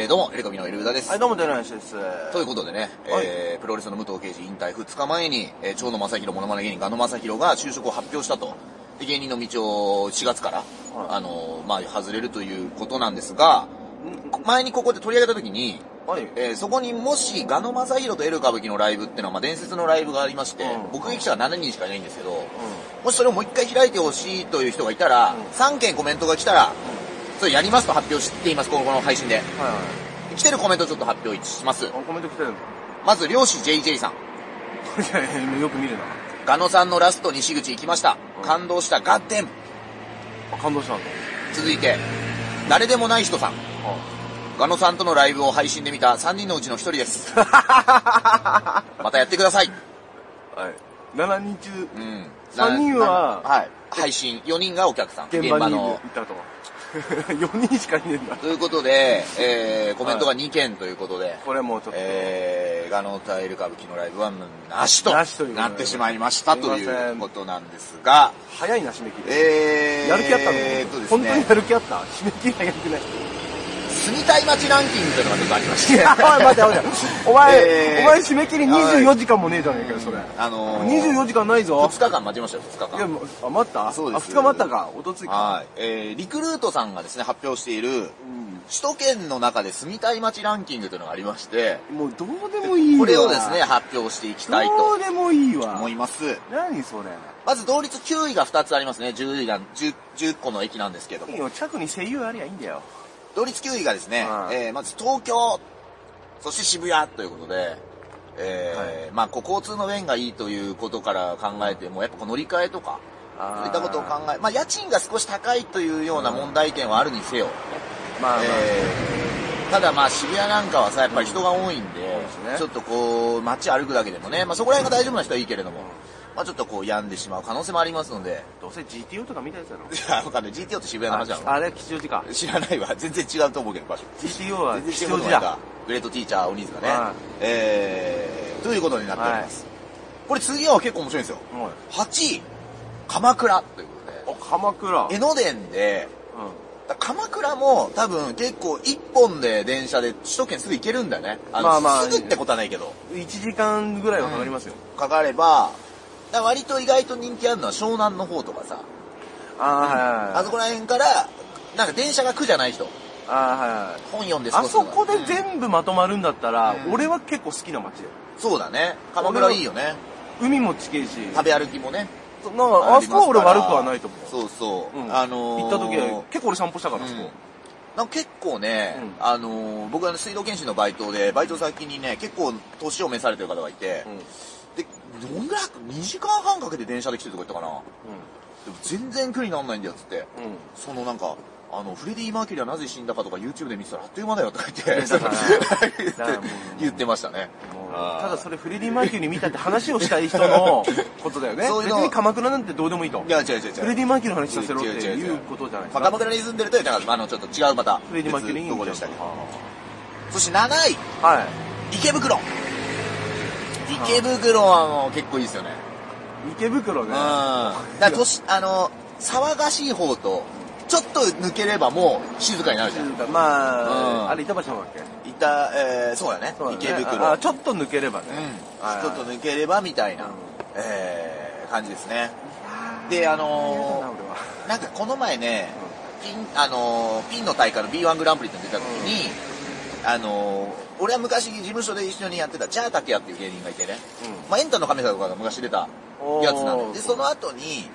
えーどうも、エレカミのエルウダです。はい、どうも、デランシです。ということでね、はいえープロレスの武藤敬司引退2日前に、えー蝶野正宏モノマネ芸人、ガノ正宏が就職を発表したと。で芸人の道を4月から、あのーまあ、外れるということなんですが、前にここで取り上げた時に、はい。えーそこにもし、ガノ正宏とエル歌舞伎のライブっていうのは、まあ、伝説のライブがありまして、うん僕撃者が7人しかいないんですけど、もしそれをもう一回開いてほしいという人がいたら、うん3件コメントが来たら、それやりますと発表しています、このこの配信で。はいは来てるコメントちょっと発表します。い。あ、コメント来てるんだ。まず、漁師 JJ さん。い やよく見るな。ガノさんのラスト西口行きました。うん感動した。ガッテン。あ感動したんだ。続いて、誰でもない人さん。ガノさんとのライブを配信で見た3人のうちの1人 です。またやってください。あはい。7人中、うん。三人はなはい。配信。4人がお客さん。現場にいたと。4 人しかいねえんだ。ということで、えー、コメントが2件ということで、これもうちょっと。えー、ガノタイル歌舞伎のライブはなしとなしということなでってしまいましたすいまとせんいうことなんですが、早いな、締め切り。えー、やる気あったのえーっとです本当ねに、やる気あった締め切り早くない。住みたい街ランキングというのがちょっとありまして。 おい、待て待て。お前、えーお前締め切り24時間もねえじゃねえかよ、それ。 あのー、 24時間ないぞ2。日間待ちましたよ、2日いや、間。もうあ、待ったそうですあ、2日待ったか。おとついか。はい。えー、リクルートさんがですね、発表している、うん首都圏の中で住みたい街ランキングというのがありまして、もうどうでもいいわ。これをですね、、発表していきたいどうとでもいいわ思。います。何それ。まず同率9位が2つありますね、10位が、10, 10個の駅なんですけどいいも。よ、近くに声優ありゃいいんだよ。同率9位がですね、はいえー、まず東京、そして渋谷ということで、えーまあ、こう交通の便がいいということから考えても、やっぱこう乗り換えとか、そういったことを考え、まあ、家賃が少し高いというような問題点はあるにせよ、まあ、まあえーただまあ渋谷なんかはさ、やっぱり人が多いんで、ですねちょっとこう、街歩くだけでもね、まあ、そこら辺が大丈夫な人はいいけれども、まあ、ちょっとこう、病んでしまう可能性もありますので、どうせ GTO とか見たやつだろ。いや、わかんない。GTO って渋谷の話なのああれは吉祥寺か。知らないわ。全然違うと思うけど、場所。 GTO は全吉然違う祥と思寺うだか。。グレートティーチャー、鬼塚ねはい。えー、ということになっております。これ次は結構面白いんですよ。はい8位、鎌倉ということで。お、鎌倉。うん江。ノ電で、だ鎌倉も多分結構1本で電車で首都圏すぐ行けるんだよね。あのまあまあすぐってことはないけど。 1時間ぐらいはかかりますよ。かかれば、だから割と意外と人気あるのは湘南の方とかさ、あー、はいはいはい。あそこら辺から、なんか電車が苦じゃない人、あー、はいはい。本読んで過あごすそとかこで全部まとまるんだったら、うん俺は結構好きな街だよ。そうだね。鎌倉いいよね。海も近いし、食べ歩きもね。そなんかあそこは俺悪くはないと思う。そうそう。うんあのー、行った時は、結構俺散歩したから、あそこ。なんか結構ね、うあのー僕は水道検診のバイトで、バイト先にね、結構年を召されてる方がいて、うん。うん。で、どんぐらい ?2 時間半かけて電車で来てるとか言ったかなでも全然苦になんないんだよっつって。うん。そのなんか、あの、フレディ・マーキュリーはなぜ死んだかとか YouTube で見てたらあっという間だよとか言って、だから 言ってだからもう言ってましたね。もうあーただそれフレディ・マーキュリー見たって話をしたい人のことだよね。そういう別のに鎌倉なんてどうでもいいとい。や、違う違う違う。フレディ・マーキュリーの話させろって違う違う違ういうことじゃないですまあか。鎌倉に住んでると、だから、あの、ちょっと違うまた、フレディ・マーキュリ別ーにのとこでしたけど。そして7位、はい。池袋。池袋はもう結構いいですよね。池袋うん。ねだ。から都市、あの、騒がしい方と、ちょっと抜ければもう静かになるじゃん。静かまうんあ、あれ板橋のだっけいた、えー、そうだね。そうだね池袋。あちょっと抜ければね。うん。ちょっと抜ければみたいな、うんえー、感じですね。はいで、あ嫌だなの俺はー、なんかこの前ね、ピン、あのー、ピンの大会の B1 グランプリって出た時に、あのー、俺は昔事務所で一緒にやってた、チャータケヤっていう芸人がいてね、まあエンタの神様とかが昔出たおーやつなんで、で、その後に、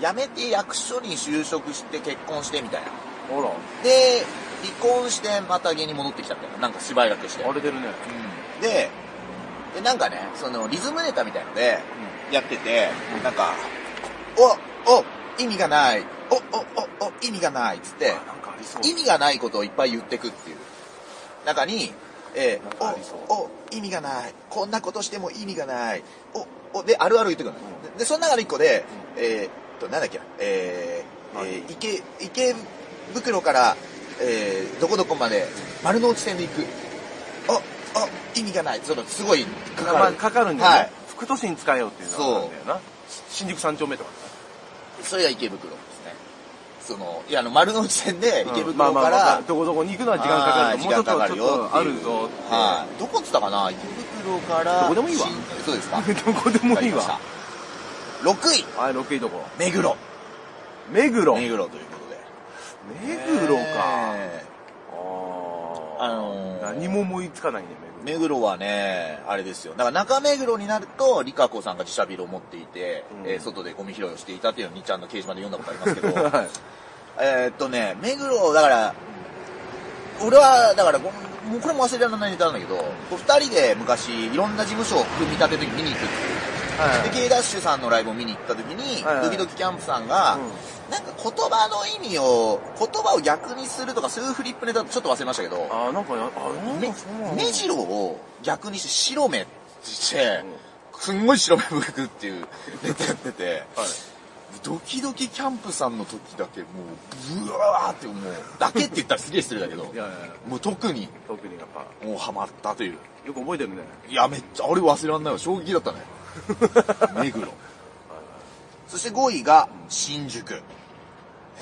辞めて役所に就職して結婚してみたいな。うん。あで、離婚してまた芸人戻ってきたみたいな。なんかしばらくしてら、。荒れてるね。で、で、なんかね、そのリズムネタみたいので、やってて、なんか、お、お、意味がない、お、お、お、お、意味がないっつって、あなんかありそう。意味がないことをいっぱい言ってくっていう中に、えなんかありそうー、お、お、意味がない、こんなことしても意味がない、お、お、で、あるある言ってくるの、で、その中の一個で、えーっと、なんだっけな、えーえー池、池袋から、えー、どこどこまで丸の内線で行く。お、お、意味がない。その、すごいかまかある。かかるんだよね。はい副都心使えよっていうのがあるんだよな。新宿三丁目とかね。それが池袋ですね。その、いや、あの、丸の内線で池まあ袋まかあまあら、どこどこに行くのは時間かかるとはい時間かかもうるちよょっとちょっとっあているうぞって、はい。どこっつったかな池袋から、どこでもいいわ新そうですか。どこでもいいわかわりました。6位、あれ6位どこ目黒。目黒目目黒ということで。黒か、ねあああのー何も思いつかないね目目黒はね、あれですよ。だから中目黒になると、リカ子さんが自社ビルを持っていて、うんえー外でゴミ拾いをしていたっていうのをにちゃんの掲示板で読んだことありますけ黒ど、 はいえーっとね、目黒、だから、俺は、だから、ごもうこれも忘れられないネタなんだけど、こう二人で昔、いろんな事務所を組み立てる時見に行くっていう。はいで、K ダッシュさんのライブを見に行った時に、はいはいドキドキキャンプさんが、なんか言葉の意味を、言葉を逆にするとか、そういうフリップネタちょっと忘れましたけど、あーなんかやあなんねかそうなの目白を逆にして白目にして、すんごい白目向くっていうネタやってて、はいドキドキキャンプさんの時だけもう、ブワーってもう、だけって言ったらすげえ失礼だけどい、やいやいやもう特に特にやっぱもうハマったという。よく覚えてるねいや、めっちゃ、あれ忘れらんないわ。衝撃だった ね。目黒。そして5位が新宿。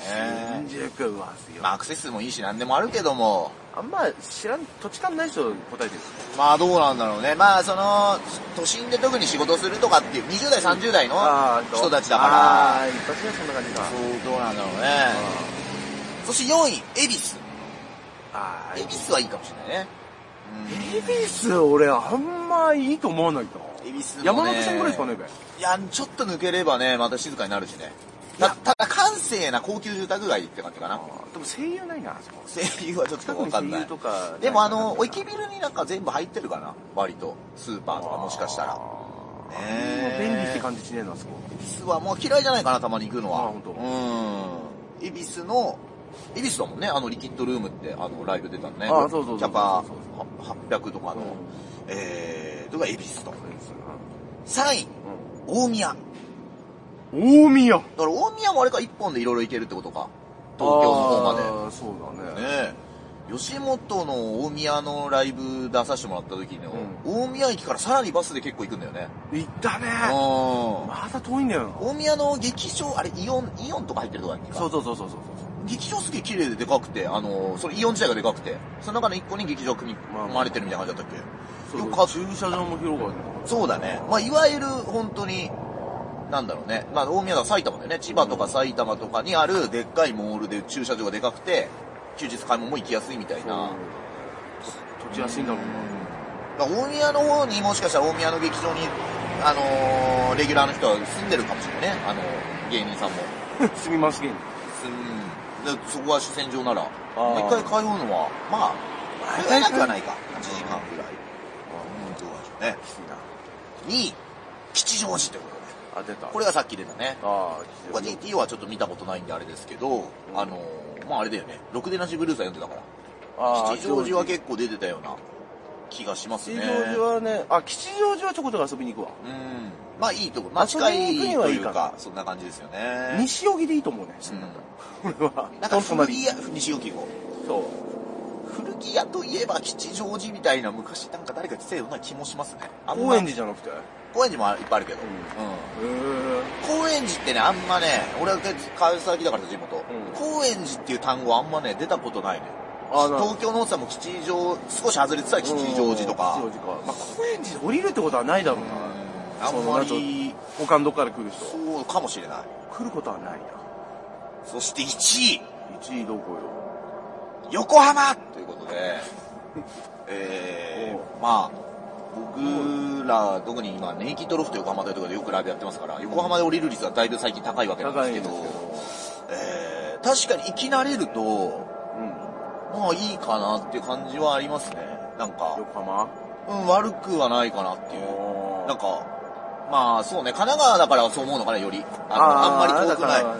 え新宿はすよ、まあアクセス数もいいし何でもあるけども、あんま知らん土地勘ない人答えてるまあどうなんだろうね。まあその、都心で特に仕事するとかっていう、20代、30代のあー人たちだか、あー一発目はそんな感じからそうどうなんだろうね。そして4位、恵比寿。あー恵比寿はいいかもしれないね。恵比寿俺あんまいいと思わないな恵比寿もね山手線ぐらいですかねべいや、ちょっと抜ければね、また静かになるしね。たただ、閑静な高級住宅街って感じかな。でも声優ないなあそこ声優はちょっと近わくにかん声な優い。とかないでもあの、オイキビルになんか全部入ってるかな割と。スーパーとかもしかしたら。あねーえ便利って感じしねえなあそこ恵比寿はもう嫌いじゃないかな、たまに行くのは。あ本当うん。恵比寿の、恵比寿だもんね、あのリキッドルームって、あの、ライブ出たのね。あそうそうそうキャパはそう800とかの、うんえー、とか恵比寿と。3位、大宮。だ大宮東から大宮もあれか、1本でいろいろ行けるってことか。東京の方まで。そうだねねえ吉本の大宮のライブ出させてもらった時の、大宮駅からさらにバスで結構行くんだよね。行ったねうんまだ遠いんだよな大宮の劇場、あれ、イオン、イオンとか入ってるとこだっけかそうそうそうそうそう劇場すげえ綺麗ででかくて、あのー、それイオン自体がでかくて、その中の一個に劇場組みまあ込まれてるみたいな感じだったっそけうよそうくか駐車場も広がるねそうだね。まあ、いわゆる本当に、なんだろうね。まあ、大宮だ埼玉だよね。千葉とか埼玉とかにあるでっかいモールで駐車場がでかくて、休日買い物も行きやすいみたいな。土地安いんだ ろうだから大宮の方にもしかしたら大宮の劇場に、あのーレギュラーの人は住んでるかもしれないね。あのー芸人さんも。なすみますけんうん。でそこは主戦場なら、ーもう一回通うのは、まあ、通えなくはないか。1時間ぐらい。うん、どうなんでしょうね。2位、吉祥寺ということで。あ出たこれがさっき出たね。あ僕はー GTO はちょっと見たことないんであれですけど、あのーまああれだよね。ろくでなしブルースは読んでたから。あー吉祥寺は結構出てたような気がしますね。吉祥寺はねあ吉祥寺はちょこちょこ遊びに行くわうん。まあいいとこ。まあ遊近びいに行くとにはいいいうかなか、そんな感じですよね。西荻でいいと思うねうん俺はなんか古隣着屋、西荻郷。そう古着屋といえば吉祥寺みたいな昔なんか誰か来てたような気もしますね。あんま高円寺じゃなくてへ高円寺もいっぱいあるけど。うんうんえ高円寺ってね、あんまね、俺は川崎だからさ地元、ん高円寺っていう単語あんまね、出たことないね。あな東京の奥さんも吉祥、少し外れてたら吉祥寺とか吉祥。寺かまあ高円寺で降りるってことはないだろうなあんまり、他のどっから来る人そうかもしれない。来ることはないなそして1位、 1位どこよ横浜ということで、えー、まあ、僕ら、特に今、ネイキッドロフト横浜というところでよくライブやってますから、横浜で降りる率はだいぶ最近高いわけなんで高いすけんですけど、どえー、確かに生き慣れると、うんまあいいかなっていう感じはありますね。なんか、横浜うん、悪くはないかなっていう。おーなんか、まあそうね、神奈川だからそう思うのかな、より。あのあんまり遠くない。だなか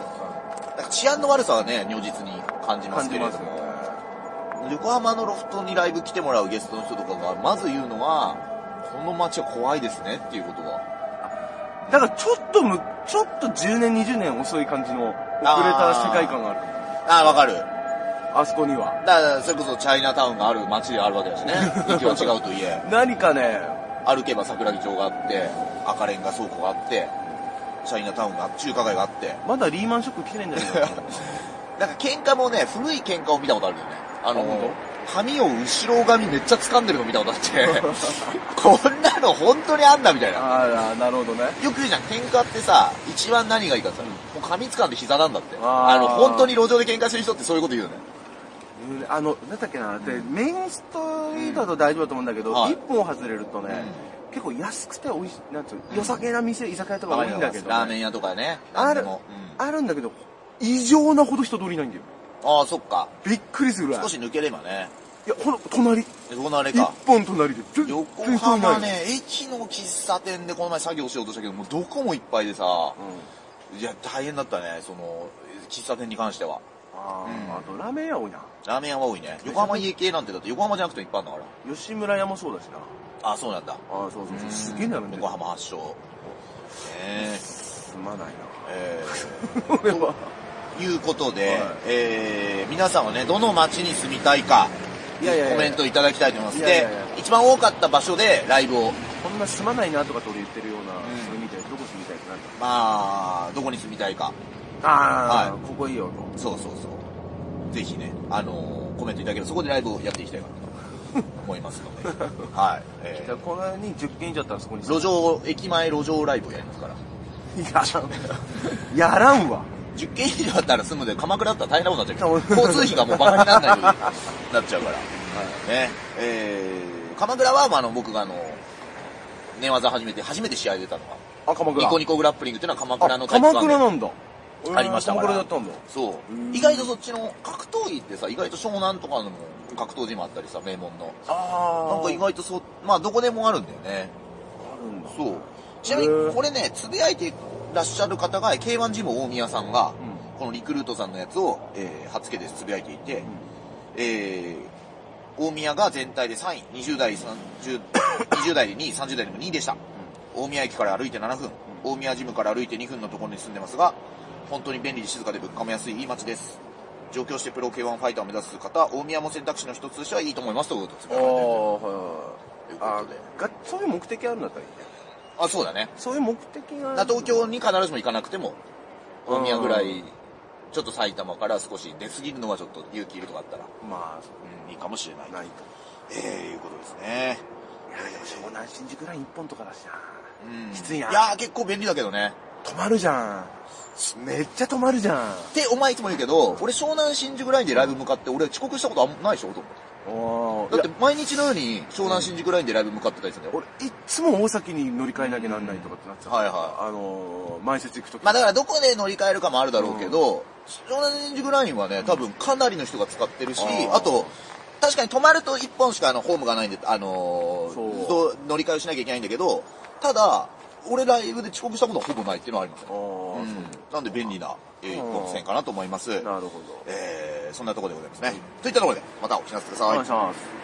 んらか治安の悪さはね、如実に感じま感すけじれまどすねも。横浜のロフトにライブ来てもらうゲストの人とかが、まず言うのは、この街は怖いですねっていうことは。だからちょっとむちょっと10年20年遅い感じの遅れた世界観があるああ、わかる。あそこにはだから、それこそチャイナタウンがある街であるわけだしね。駅は違うといえ。何かね歩けば桜木町があって、赤レンガ倉庫があって、チャイナタウンが、中華街があって。 まだリーマンショック来てないんじゃないかなだなんか喧嘩もね、古い喧嘩を見たことあるんだよね。ああの本、髪を後ろ髪めっちゃ掴んでるの見たことあって、 こんなの本当にあんだみたいな。あら、なるほどね。よく言うじゃん、喧嘩ってさ、一番何がいいかってさ、もう髪掴んで膝なんだって。あーあの、本当に路上で喧嘩する人ってそういうこと言うよね。うんあの、なんだっけな、で、メインストリートだと大丈夫だと思うんだけど、はい一本外れるとね、結構安くて美味しい、なんつうの、良さげな店、居酒屋とか多いんだけどね、ラーメン屋とかね。あ何でるも、うんあるんだけど、異常なほど人通りいないんだよ。ああ、そっか。びっくりするぐらい。少し抜ければね。いや、ほら、隣。えそこのあれ一か。本隣で。全然横浜ね、駅の喫茶店でこの前作業しようとしたけど、もうどこもいっぱいでさ人い、ない。うんいや、大変だったね、その、喫茶店に関しては。あーうんあとラーメン屋多いな。ラーメン屋は多いね。横浜家系なんてだって横浜じゃなくていっぱいあるんだか吉村屋もそうだしな。ら。あ、そうなんだ。ああ、そうそうそう。すげえなるんだ横浜発祥。ねえすまないえな。 俺は。ーいうことで、はいえー皆さんはね、どの町に住みたいか、いやいやいやコメントいただきたいと思います。いやいやいやで、一番多かった場所でライブを、こんなすまないなとかと俺言ってるような、んそれみたいな、どこ住みたいってなんだまあ、どこに住みたいか、ああ、はここいいよと。そうそうそう。ぜひね、あのーコメントいただけると、そこでライブをやっていきたいかなと思いますので。 はい。えじゃあーこれに10件以上あったらそこに路上、駅前路上ライブをやりますから。やらん。やらんわ。 10件以上あったら住むで、鎌倉だったら大変なことになっちゃうけそど、う交通費がもうバカにならない ようになっちゃうから。ね。えー、鎌倉は、まあ、あの、僕があの、寝技始めて、初めて試合出たのが、あ、鎌倉。ニコニコグラップリングっていうのは鎌あ倉の体育鎌館倉でなんだ。ありましたか鎌ら。倉だったんだ。そう。ん意外とそっちの、格闘技ってさ、意外と湘南とかのも格闘ジムあったりさ、名門の。あなんか意外とそう、まあどこでもあるんだよね。あるんだ。そう。ちなみへに、ーこれね、つぶやいていらっしゃる方が、K1 ジム大宮さんが、うこのリクルートさんのやつを、えー、はつけてつぶやいていて、えー、大宮が全体で3位、20代、30 20代で2位、30代でも2位でした。大宮駅から歩いて7分、大宮ジムから歩いて2分のところに住んでますが、本当に便利で静かで物価も安いいい街です。上京してプロ K1 ファイターを目指す方、大宮も選択肢の一つとしてはいいと思いますということですああ、はといういこはい。あとで。が、そういう目的あるんだったらいいね。あ、そうだね。そういう目的だが。から東京に必ずしも行かなくても、大宮ぐらい、ちょっと埼玉から少し出過ぎるのはちょっと勇気いるとかあったら、まうん、いいかもしれないあ、。ないと。ええいうことですね。いや、でも湘南新宿ライン一本とかだしな。うん。きついないやー結構便利だけどね。止まるじゃん。めっちゃ止まるじゃん。って、お前いつも言うけど、俺湘南新宿ラインでライブ向かって、俺遅刻したことあんまないでしょ、ほとんどおだって毎日のように湘南新宿ラインでライブ向かってたりするんだよ。俺、いっつも大崎に乗り換えなきゃなんないとかってなってた。はいはあのー、前説行くとき。まあだからどこで乗り換えるかもあるだろうけど、湘南新宿ラインはね、多分かなりの人が使ってるしあ、ーあと、確かに止まると1本しかあのホームがないんで、あのーそどう乗り換えをしなきゃいけないんだけど、ただ、俺ライブで遅刻したことはほぼないっていうのはありますねあ。ーうんなんで便利な、えー一うん本線かなと思います。なるほど。えー、そんなところでございますね。といったところで、またお聞きなさくだおさい願いし。ます。